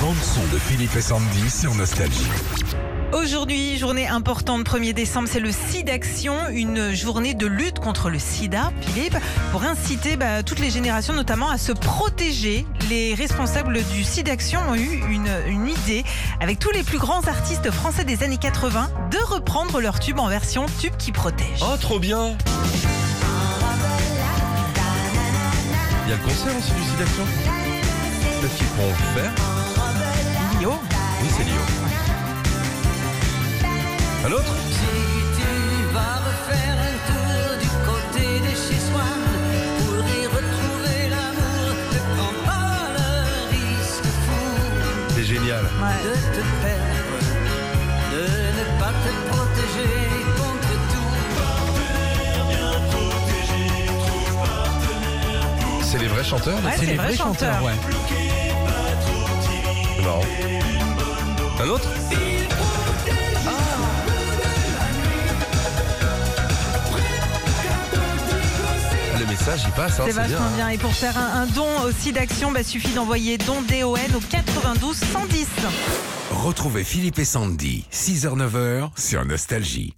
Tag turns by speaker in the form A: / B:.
A: bande son de Philippe et Sandy sur Nostalgie.
B: Aujourd'hui, journée importante, 1er décembre, c'est le SIDAction, une journée de lutte contre le sida, Philippe, pour inciter bah, toutes les générations notamment à se protéger. Les responsables du SIDAction ont eu une, une idée, avec tous les plus grands artistes français des années 80, de reprendre leur tube en version tube qui protège.
C: Oh, trop bien Il y a le concert aussi du Sidaction Peut-être qu'ils pourront le faire.
B: Lio.
C: Oui, c'est Lio. Un autre
D: Tu vas refaire un tour du côté de chez soi pour y retrouver l'amour. Ne prends pas le risque fou
C: C'est génial.
B: Ouais.
D: de te perdre, de ne pas te protéger contre tout.
C: C'est les vrais chanteurs
B: Ouais, c'est vrai chanteur.
C: C'est marrant. Un autre Ah, Le message, il passe, hein,
B: C'est
C: c'est bien.
B: vachement bien. Et pour faire un, un don aussi d'action, bah, suffit d'envoyer don DON au 92 110.
A: Retrouvez Philippe et Sandy, 6h-9h sur Nostalgie.